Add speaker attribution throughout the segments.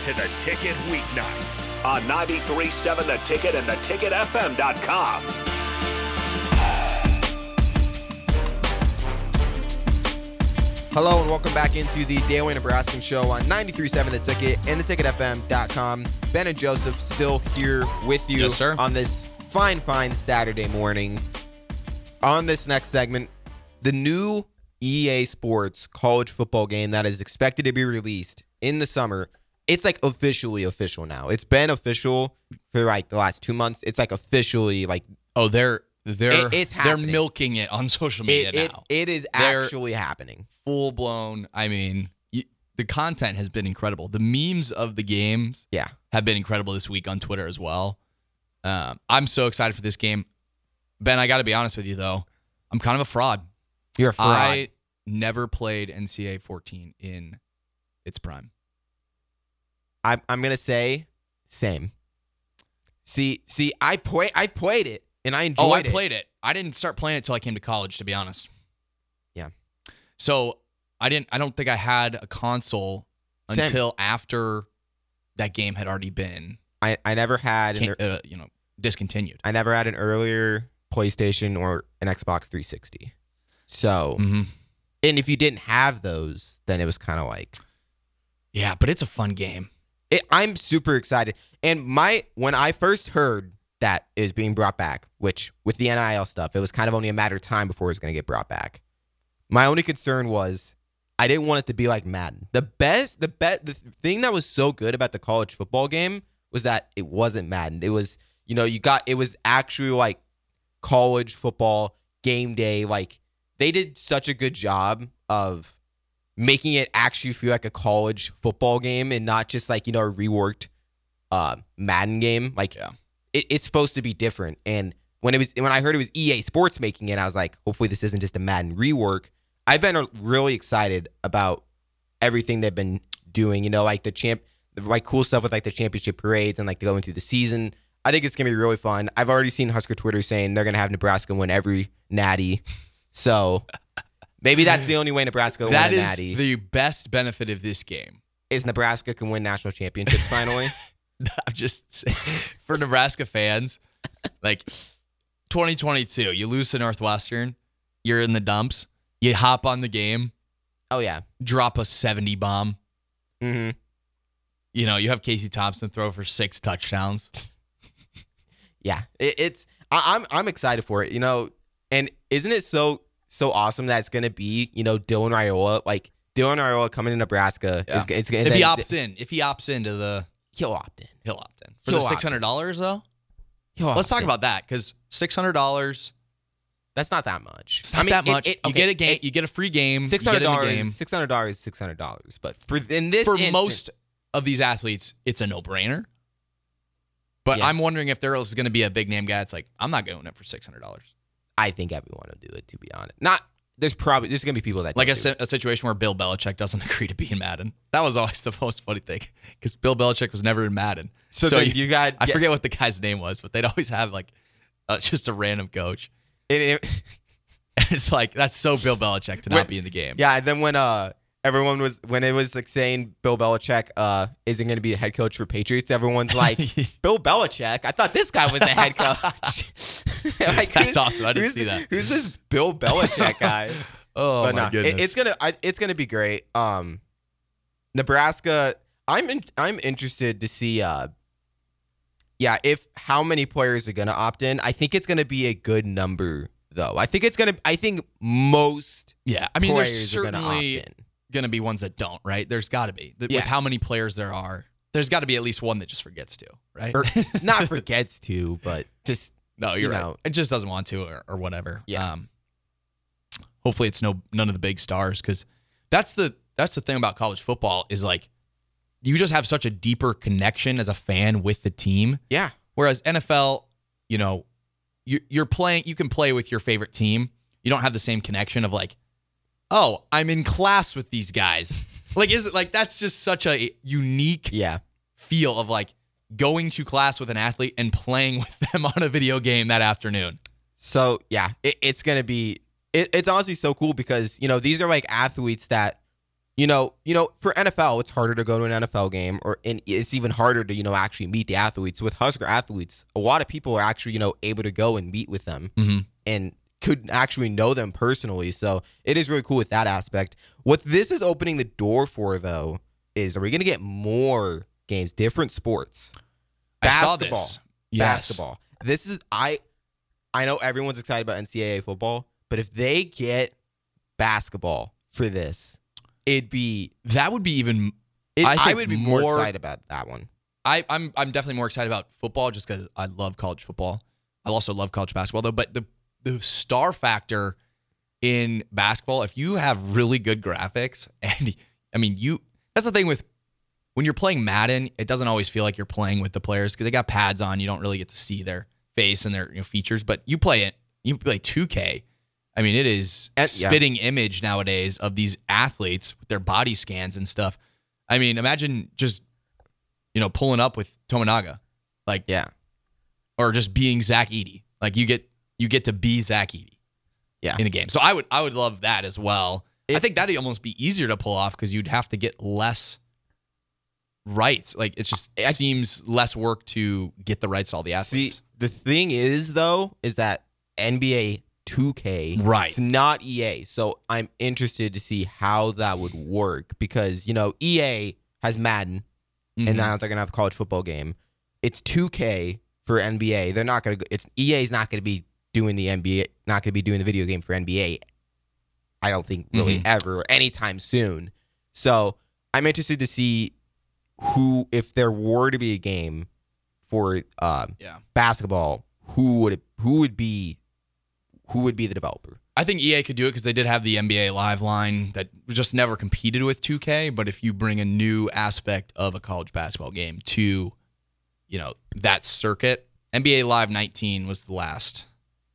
Speaker 1: to the ticket weeknights.
Speaker 2: on 937 The Ticket and theticketfm.com.
Speaker 3: Hello and welcome back into the Daily Nebraska Show on 93.7 The Ticket and theticketfm.com. Ben and Joseph still here with you
Speaker 4: Yes, sir.
Speaker 3: on this fine, fine Saturday morning. On this next segment, the new EA Sports college football game that is expected to be released in the summer. It's like officially official now. It's been official for like the last two months. It's like officially like
Speaker 4: Oh, they're they're
Speaker 3: It- it's
Speaker 4: they're
Speaker 3: happening.
Speaker 4: milking it on social media
Speaker 3: it, it,
Speaker 4: now.
Speaker 3: it is
Speaker 4: They're-
Speaker 3: actually happening.
Speaker 4: Full blown. I mean, you, the content has been incredible. The memes of the games
Speaker 3: Yeah.
Speaker 4: have been incredible this week on Twitter as well. Um, I'm so excited for this game, Ben. I got to be honest with you though, I'm kind of a fraud.
Speaker 3: You're a fraud.
Speaker 4: I never played NCAA 14 in its prime.
Speaker 3: I'm I'm gonna say same. See, see, I play, I played it and I enjoyed
Speaker 4: Oh, I
Speaker 3: it.
Speaker 4: played it. I didn't start playing it till I came to college, to be honest.
Speaker 3: Yeah.
Speaker 4: So I didn't. I don't think I had a console
Speaker 3: Same.
Speaker 4: until after that game had already been,
Speaker 3: I, I never had, an,
Speaker 4: can, uh, you know, discontinued.
Speaker 3: I never had an earlier PlayStation or an Xbox 360. So,
Speaker 4: Mm-hmm.
Speaker 3: and if you didn't have those, then it was kind of like
Speaker 4: Yeah, but it's a fun game.
Speaker 3: it, I'm super excited. And my when I first heard that it was being brought back, which with the NIL stuff, it was kind of only a matter of time before it was going to get brought back. My only concern was I didn't want it to be like Madden. The best, the bet, the thing that was so good about the college football game was that it wasn't Madden. It was you know you got it was actually like college football game day. Like they did such a good job of making it actually feel like a college football game and not just like you know a reworked uh, Madden game. Like
Speaker 4: Yeah.
Speaker 3: it, it's supposed to be different. And when it was when I heard it was EA Sports making it, I was like, hopefully this isn't just a Madden rework. I've been uh, really excited about everything they've been doing. You know, like the champ, the, like cool stuff with like the championship parades and like going through the season. I think it's gonna be really fun. I've already seen Husker Twitter saying they're gonna have Nebraska win every natty. So maybe that's the only way Nebraska will
Speaker 4: that
Speaker 3: win a
Speaker 4: is
Speaker 3: natty
Speaker 4: the best benefit of this game.
Speaker 3: is Nebraska can win national championships finally.
Speaker 4: I'm just saying, for Nebraska fans, like 2022, you lose to Northwestern, you're in the dumps. You hop on the game,
Speaker 3: oh yeah.
Speaker 4: drop a 70 bomb. Mm-hmm.
Speaker 3: hmm
Speaker 4: you know, you have Casey Thompson throw for six touchdowns.
Speaker 3: Yeah. It, it's I, I'm I'm excited for it. You know, and isn't it so so awesome that it's gonna be you know Dylan Raiola like Dylan Raiola coming to Nebraska
Speaker 4: Yeah.
Speaker 3: is g- it's gonna
Speaker 4: If he
Speaker 3: then-
Speaker 4: opts in, if he opts into the,
Speaker 3: he'll opt in.
Speaker 4: he'll opt in for
Speaker 3: He'll
Speaker 4: the
Speaker 3: opt in.
Speaker 4: six hundred dollars though.
Speaker 3: He'll
Speaker 4: Let's
Speaker 3: opt
Speaker 4: talk
Speaker 3: in.
Speaker 4: about that because six hundred dollars,
Speaker 3: that's not that much.
Speaker 4: it's not that much. you get a game, you get a free game, you
Speaker 3: Six
Speaker 4: get in
Speaker 3: hundred
Speaker 4: the
Speaker 3: dollars.
Speaker 4: game.
Speaker 3: Six hundred dollars. Six hundred dollars. But for in this
Speaker 4: For
Speaker 3: instant-
Speaker 4: most of these athletes, it's a no brainer. But
Speaker 3: Yeah.
Speaker 4: I'm wondering if there is going to be a big name guy. It's like I'm not going up for six hundred dollars.
Speaker 3: I think everyone will do it. To be honest, not there's probably there's gonna be people that
Speaker 4: Like
Speaker 3: don't
Speaker 4: a,
Speaker 3: do
Speaker 4: si-
Speaker 3: it.
Speaker 4: a situation where Bill Belichick doesn't agree to be in Madden. That was always the most funny thing because Bill Belichick was never in Madden.
Speaker 3: So, then you got
Speaker 4: I
Speaker 3: yeah,
Speaker 4: forget what the guy's name was, but they'd always have like uh, just a random coach.
Speaker 3: it- it-
Speaker 4: And it's like, that's so Bill Belichick to
Speaker 3: Wait,
Speaker 4: not be in the game.
Speaker 3: Yeah, and then when uh everyone was when it was like saying Bill Belichick uh isn't going to be a head coach for Patriots, everyone's like Bill Belichick. I thought this guy was a head coach. Like,
Speaker 4: That's
Speaker 3: who's-
Speaker 4: awesome. I didn't
Speaker 3: who's-
Speaker 4: see that.
Speaker 3: Who's this Bill Belichick guy?
Speaker 4: Oh,
Speaker 3: but
Speaker 4: my
Speaker 3: nah, it-
Speaker 4: goodness.
Speaker 3: it's gonna I, it's gonna be great. Um, Nebraska. I'm in, I'm interested to see. Uh, yeah, if how many players are gonna opt in? I think it's gonna be a good number though. I think it's gonna. I think most
Speaker 4: yeah. I mean, there's
Speaker 3: players are gonna opt
Speaker 4: certainly
Speaker 3: in.
Speaker 4: going to be ones that don't, right? There's got to be. Th-
Speaker 3: Yes.
Speaker 4: With how many players there are, there's got to be at least one that just forgets to, right?
Speaker 3: Or- not forgets to, but just
Speaker 4: no, you're
Speaker 3: you
Speaker 4: right.
Speaker 3: know.
Speaker 4: It just doesn't want to or, or whatever.
Speaker 3: Yeah.
Speaker 4: Um, hopefully it's no none of the big stars because that's the that's the thing about college football is like you just have such a deeper connection as a fan with the team
Speaker 3: yeah,
Speaker 4: Whereas NFL, you know, you, you're playing, you can play with your favorite team. You don't have the same connection of like, oh, I'm in class with these guys. like, is it like that's just such a unique
Speaker 3: yeah,
Speaker 4: feel of like going to class with an athlete and playing with them on a video game that afternoon.
Speaker 3: So yeah, it, it's gonna be. It, it's honestly so cool because you know these are like athletes that you know, you know, for NFL, it's harder to go to an NFL game, or and it's even harder to you know actually meet the athletes. With Husker athletes, a lot of people are actually you know able to go and meet with them
Speaker 4: Mhm.
Speaker 3: and could actually know them personally. So it is really cool with that aspect. What this is opening the door for, though, is are we going to get more games, different sports?
Speaker 4: I saw
Speaker 3: Basketball.
Speaker 4: this. Yes.
Speaker 3: basketball. This is I I know everyone's excited about NCAA football, but if they get basketball for this, it'd be
Speaker 4: That would be even.
Speaker 3: it,
Speaker 4: I
Speaker 3: I,
Speaker 4: think
Speaker 3: would be more,
Speaker 4: more-
Speaker 3: excited about that one.
Speaker 4: I, I'm I'm definitely more excited about football just because I love college football. I also love college basketball though. But the the star factor in basketball, if you have really good graphics, and I mean you, that's the thing with when you're playing Madden, it doesn't always feel like you're playing with the players because they got pads on. You don't really get to see their face and their you know, features. But you play it, you play 2K. I mean, it is
Speaker 3: Uh,
Speaker 4: a
Speaker 3: yeah.
Speaker 4: spitting image nowadays of these athletes with their body scans and stuff. I mean, imagine just you know pulling up with Tominaga, like
Speaker 3: Yeah.
Speaker 4: or just being Zach Eady. Like you get you get to be Zach Eady,
Speaker 3: Yeah.
Speaker 4: in a game. So I would I would love that as well. I
Speaker 3: If-
Speaker 4: think that'd almost be easier to pull off because you'd have to get less rights. Like it just
Speaker 3: I-
Speaker 4: seems less work to get the rights to all the athletes.
Speaker 3: See, the thing is though, is that NBA 2K,
Speaker 4: Right.
Speaker 3: It's not EA, so I'm interested to see how that would work because you know EA has Madden,
Speaker 4: Mhm.
Speaker 3: and now they're gonna have a college football game. It's 2K for NBA. They're not gonna. go- It's EA's not gonna be doing the NBA. Not gonna be doing the video game for NBA. I don't think really
Speaker 4: Mm-hmm.
Speaker 3: ever or anytime soon. So I'm interested to see who, if there were to be a game for uh,
Speaker 4: Yeah.
Speaker 3: basketball, who would it, who would be who would be the developer?
Speaker 4: I think EA could do it because they did have the NBA Live line that just never competed with 2K. But if you bring a new aspect of a college basketball game to, you know, that circuit, NBA Live 19 was the last,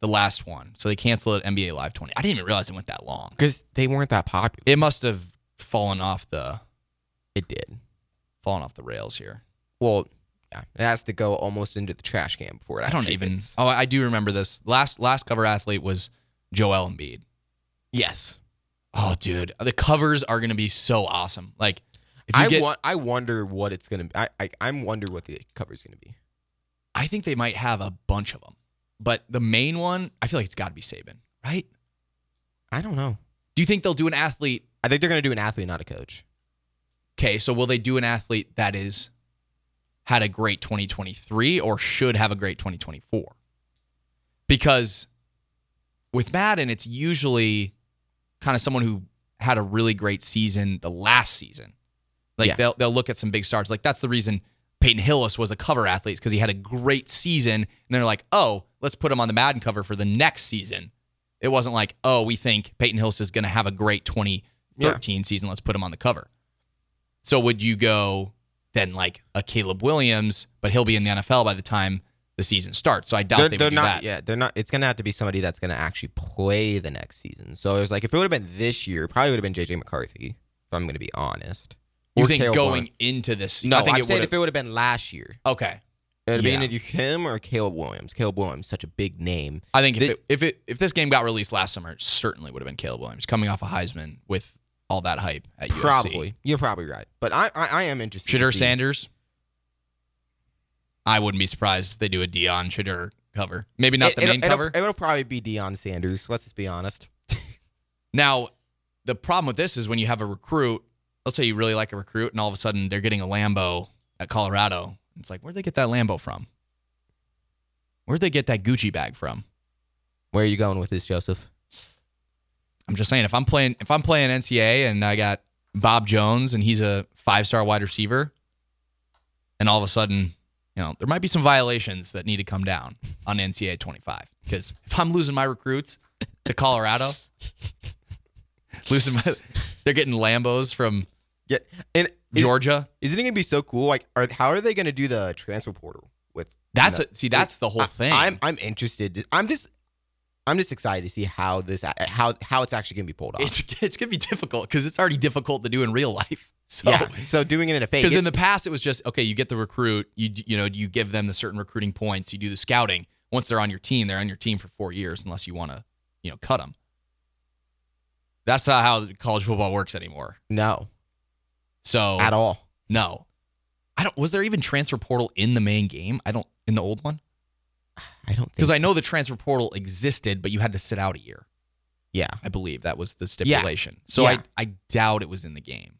Speaker 4: the last one. So they canceled it, NBA Live 20. I didn't even realize it went that long.
Speaker 3: Because they weren't that popular.
Speaker 4: It must have fallen off the
Speaker 3: It did.
Speaker 4: fallen off the rails here.
Speaker 3: Well, yeah, it has to go almost into the trash can before it.
Speaker 4: I don't
Speaker 3: actually
Speaker 4: even.
Speaker 3: Gets,
Speaker 4: Oh, I do remember this. Last last cover athlete was Joel Embiid.
Speaker 3: yes,
Speaker 4: Oh, dude, the covers are gonna be so awesome. Like, if you
Speaker 3: I
Speaker 4: get,
Speaker 3: want. I wonder what it's gonna. Be. I, I I'm wonder what the cover's gonna be.
Speaker 4: I think they might have a bunch of them, but the main one, I feel like it's got to be Saban, right?
Speaker 3: I don't know.
Speaker 4: Do you think they'll do an athlete?
Speaker 3: I think they're gonna do an athlete, not a coach.
Speaker 4: Okay, so will they do an athlete that is had a great 2023 or should have a great 2024? Because with Madden, it's usually kind of someone who had a really great season the last season. Like
Speaker 3: Yeah.
Speaker 4: they'll they'll look at some big stars. Like that's the reason Peyton Hillis was a cover athlete because he had a great season, and they're like, oh, let's put him on the Madden cover for the next season. It wasn't like, oh, we think Peyton Hillis is going to have a great 2013 season. Let's put him on the cover. So would you go then like a Caleb Williams, but he'll be in the NFL by the time the season starts? So I doubt
Speaker 3: They're,
Speaker 4: they would
Speaker 3: they're
Speaker 4: do
Speaker 3: not.
Speaker 4: that.
Speaker 3: Yeah, they're not. It's gonna have to be somebody that's gonna actually play the next season. So it's like if it would have been this year, it probably would have been JJ McCarthy. If I'm gonna be honest.
Speaker 4: You
Speaker 3: Or
Speaker 4: think
Speaker 3: Caleb
Speaker 4: going
Speaker 3: Williams.
Speaker 4: into this?
Speaker 3: No,
Speaker 4: I think
Speaker 3: am
Speaker 4: it
Speaker 3: saying
Speaker 4: would.
Speaker 3: if it would have been last year,
Speaker 4: Okay,
Speaker 3: it would have
Speaker 4: Yeah.
Speaker 3: been either him or Caleb Williams. Caleb Williams, such a big name.
Speaker 4: I think if
Speaker 3: Thi-
Speaker 4: it, if it if this game got released last summer, it certainly would have been Caleb Williams coming off a Heisman with all that hype at USC.
Speaker 3: Probably, you're probably right. But I, I, I am interested. to
Speaker 4: Shadur
Speaker 3: see.
Speaker 4: Sanders. I wouldn't be surprised if they do a Dion Shadur cover. Maybe not
Speaker 3: It-
Speaker 4: the
Speaker 3: it'll-
Speaker 4: main
Speaker 3: it'll-
Speaker 4: cover.
Speaker 3: It'll probably be Deion Sanders. Let's just be honest.
Speaker 4: Now, the problem with this is when you have a recruit, let's say you really like a recruit, and all of a sudden they're getting a Lambo at Colorado. It's like, where'd they get that Lambo from? Where'd they get that Gucci bag from?
Speaker 3: Where are you going with this, Joseph?
Speaker 4: I'm just saying, if I'm playing, if I'm playing NCAA and I got Bob Jones and he's a five star wide receiver, and all of a sudden, you know, there might be some violations that need to come down on NCAA 25. Because if I'm losing my recruits to Colorado, losing my, they're getting Lambos from
Speaker 3: Yeah, and is,
Speaker 4: Georgia.
Speaker 3: isn't it gonna be so cool? Like, are how are they gonna do the transfer portal with?
Speaker 4: That's
Speaker 3: you
Speaker 4: a, see, that's the whole
Speaker 3: know,
Speaker 4: thing.
Speaker 3: I, am I'm interested. to- I'm just, I'm just excited to see how this, how how it's actually gonna be pulled off.
Speaker 4: it's it's gonna be difficult because it's already difficult to do in real life. So
Speaker 3: yeah. So doing it in a fake.
Speaker 4: Because in the past, it was just okay. You get the recruit. You d- you know you give them the certain recruiting points. You do the scouting. Once they're on your team, they're on your team for four years, unless you want to you know cut them. That's not how college football works anymore.
Speaker 3: No,
Speaker 4: So
Speaker 3: at all.
Speaker 4: no, I don't. Was there even transfer portal in the main game? I don't in the old one
Speaker 3: I don't think
Speaker 4: because I
Speaker 3: so.
Speaker 4: know the transfer portal existed, but you had to sit out a year.
Speaker 3: Yeah,
Speaker 4: I believe that was the stipulation. So
Speaker 3: Yeah.
Speaker 4: I I doubt it was in the game.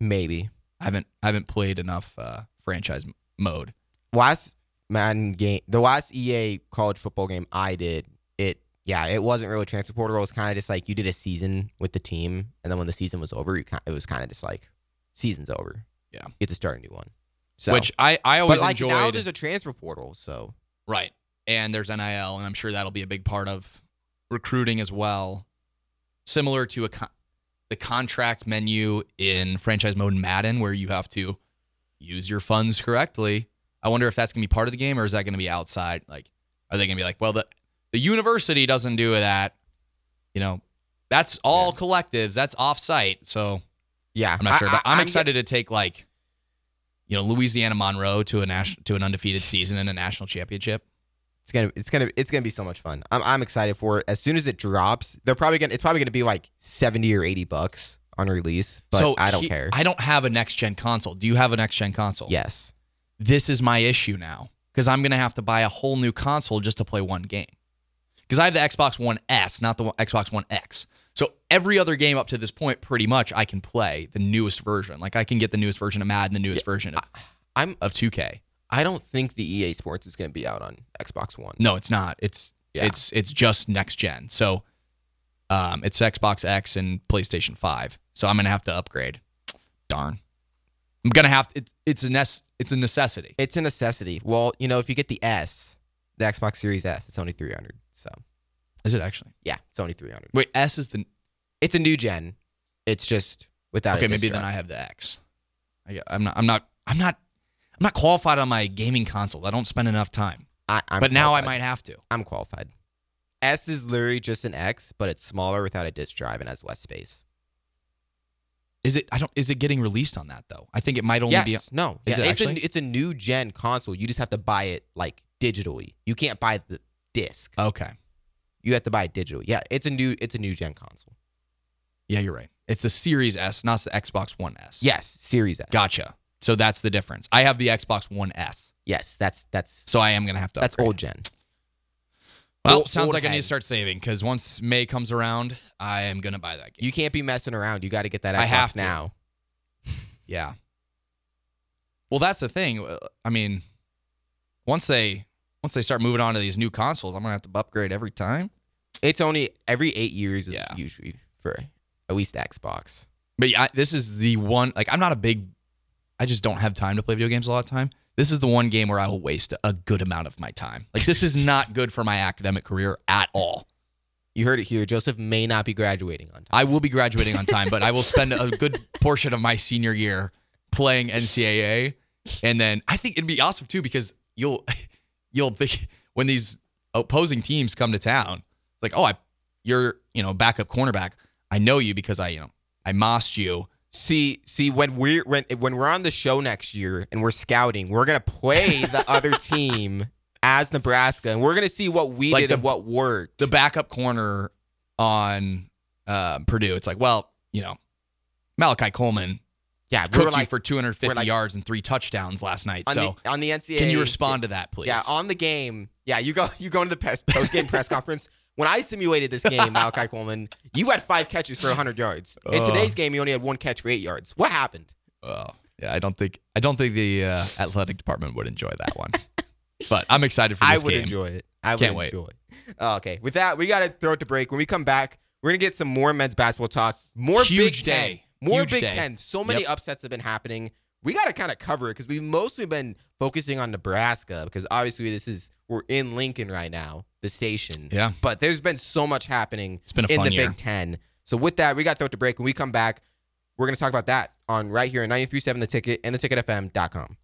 Speaker 3: maybe.
Speaker 4: I haven't I haven't played enough uh, franchise m- mode.
Speaker 3: last Madden game, the last EA college football game I did, it yeah, it wasn't really transfer portal. It was kind of just like you did a season with the team, and then when the season was over, you kind it was kind of just like season's over.
Speaker 4: Yeah.
Speaker 3: you get to start a new one. So
Speaker 4: Which I I
Speaker 3: but
Speaker 4: always
Speaker 3: like
Speaker 4: enjoyed.
Speaker 3: now there's a transfer portal, so
Speaker 4: Right. And there's NIL, and I'm sure that'll be a big part of recruiting as well. Similar to a con- the contract menu in franchise mode in Madden, where you have to use your funds correctly. I wonder if that's going to be part of the game, or is that going to be outside? Like, are they going to be like, well, the the university doesn't do that. You know, that's all collectives. That's offsite. So
Speaker 3: yeah,
Speaker 4: I'm not sure, but I,
Speaker 3: I-
Speaker 4: am
Speaker 3: I'm
Speaker 4: excited to take like, you know, Louisiana Monroe to a national to an undefeated season and a national championship.
Speaker 3: It's gonna it's gonna it's gonna be so much fun. I'm I'm excited for it. As soon as it drops, they're probably gonna it's probably gonna be like seventy or eighty bucks on release. But I don't
Speaker 4: he-
Speaker 3: care.
Speaker 4: I don't have a next gen console. Do you have a next gen console?
Speaker 3: yes.
Speaker 4: This is my issue now because I'm going to have to buy a whole new console just to play one game. Because I have the Xbox One S, not the one- Xbox One X. So every other game up to this point, pretty much, I can play the newest version. Like I can get the newest version of Madden, the newest version of,
Speaker 3: I'm-
Speaker 4: of 2K.
Speaker 3: I don't think the EA Sports is gonna be out on Xbox One.
Speaker 4: No, it's not. It's
Speaker 3: Yeah.
Speaker 4: it's it's just next gen. So um, it's Xbox X and PlayStation Five. So I'm gonna have to upgrade. Darn. I'm gonna have it's it's a ness it's a necessity.
Speaker 3: It's a necessity. Well, you know, if you get the S, the Xbox Series S, it's only 300. So,
Speaker 4: Is it actually?
Speaker 3: yeah, it's only 300.
Speaker 4: Wait, S is the
Speaker 3: It's a new gen. It's just without
Speaker 4: okay.
Speaker 3: a
Speaker 4: Maybe then I have the X. I, am not. I'm not. I'm not. I'm not qualified on my gaming console. I don't spend enough time.
Speaker 3: I I'm
Speaker 4: but now I
Speaker 3: qualified.
Speaker 4: might have to.
Speaker 3: I'm qualified. S is literally just an X, but it's smaller without a disk drive and has less space.
Speaker 4: Is it? I don't. Is it getting released on that though? I think it might only
Speaker 3: Yes.
Speaker 4: be.
Speaker 3: no.
Speaker 4: Is
Speaker 3: yeah,
Speaker 4: it
Speaker 3: it's a
Speaker 4: actually?
Speaker 3: it's a new gen console. You just have to buy it like digitally. You can't buy the disc.
Speaker 4: Okay.
Speaker 3: You have to buy it digitally. Yeah, it's a new it's a new gen console.
Speaker 4: Yeah, you're right. It's a Series S, not the Xbox One S.
Speaker 3: Yes, Series S.
Speaker 4: Gotcha. So that's the difference. I have the Xbox One S,
Speaker 3: Yes, that's that's
Speaker 4: so I am gonna have to.
Speaker 3: that's
Speaker 4: upgrade.
Speaker 3: old gen.
Speaker 4: Well,
Speaker 3: old-
Speaker 4: sounds
Speaker 3: old
Speaker 4: like I need to
Speaker 3: head.
Speaker 4: start saving because once May comes around, I am gonna buy that game.
Speaker 3: You can't be messing around. You got to get that Xbox
Speaker 4: I have to.
Speaker 3: now.
Speaker 4: yeah. Well, that's the thing. Uh, I mean, once they once they start moving on to these new consoles, I'm gonna have to upgrade every time.
Speaker 3: It's only every eight years is
Speaker 4: Yeah.
Speaker 3: usually for at least Xbox.
Speaker 4: But yeah, I, this is the one. Like, I'm not a big. I just don't have time to play video games a lot of time. This is the one game where I will waste a good amount of my time. Like, this is not good for my academic career at all.
Speaker 3: You heard it here. Joseph may not be graduating on time.
Speaker 4: I will be graduating on time, but I will spend a good portion of my senior year playing NCAA, and then I think it'd be awesome too because you'll you'll think when these opposing teams come to town, like oh I you're you know backup cornerback, I know you because I you know I mossed you.
Speaker 3: See, see, when we're when when we're on the show next year and we're scouting, we're gonna play the other team as Nebraska, and we're gonna see what we
Speaker 4: Like
Speaker 3: did
Speaker 4: the-
Speaker 3: and what worked.
Speaker 4: The backup corner on um, Purdue, it's like well you know Malachi Coleman
Speaker 3: yeah, we were
Speaker 4: cooked you
Speaker 3: like
Speaker 4: for 250
Speaker 3: we're like-
Speaker 4: yards and three touchdowns last night,
Speaker 3: on,
Speaker 4: so.
Speaker 3: the, on the NCAA.
Speaker 4: can you respond to that, please?
Speaker 3: Yeah, on the game. Yeah, you go you go into the press, post game press conference. When I simulated this game, Malachi Coleman, you had five catches for 100 yards. In
Speaker 4: Ugh.
Speaker 3: today's game, you only had one catch for eight yards. What happened?
Speaker 4: Well, yeah, I don't think I don't think the uh, athletic department would enjoy that one. but I'm excited for
Speaker 3: I
Speaker 4: this
Speaker 3: would
Speaker 4: game.
Speaker 3: enjoy it. I
Speaker 4: Can't
Speaker 3: would
Speaker 4: wait.
Speaker 3: enjoy it. Oh, okay, with that, we got to throw it to break. When we come back, we're going to get some more men's basketball talk. More
Speaker 4: Huge
Speaker 3: Big Ten.
Speaker 4: day.
Speaker 3: More
Speaker 4: Huge
Speaker 3: Big
Speaker 4: day.
Speaker 3: Ten. So many
Speaker 4: Yep.
Speaker 3: upsets have been happening. We got to kind of cover it because we've mostly been focusing on Nebraska because obviously this is, we're in Lincoln right now, the station.
Speaker 4: Yeah.
Speaker 3: But there's been so much happening
Speaker 4: It's been a
Speaker 3: in
Speaker 4: fun
Speaker 3: the
Speaker 4: year.
Speaker 3: Big Ten. So with that, we got to throw it to break. When we come back, we're going to talk about that on right here on 93.7 The Ticket and theticketfm.com.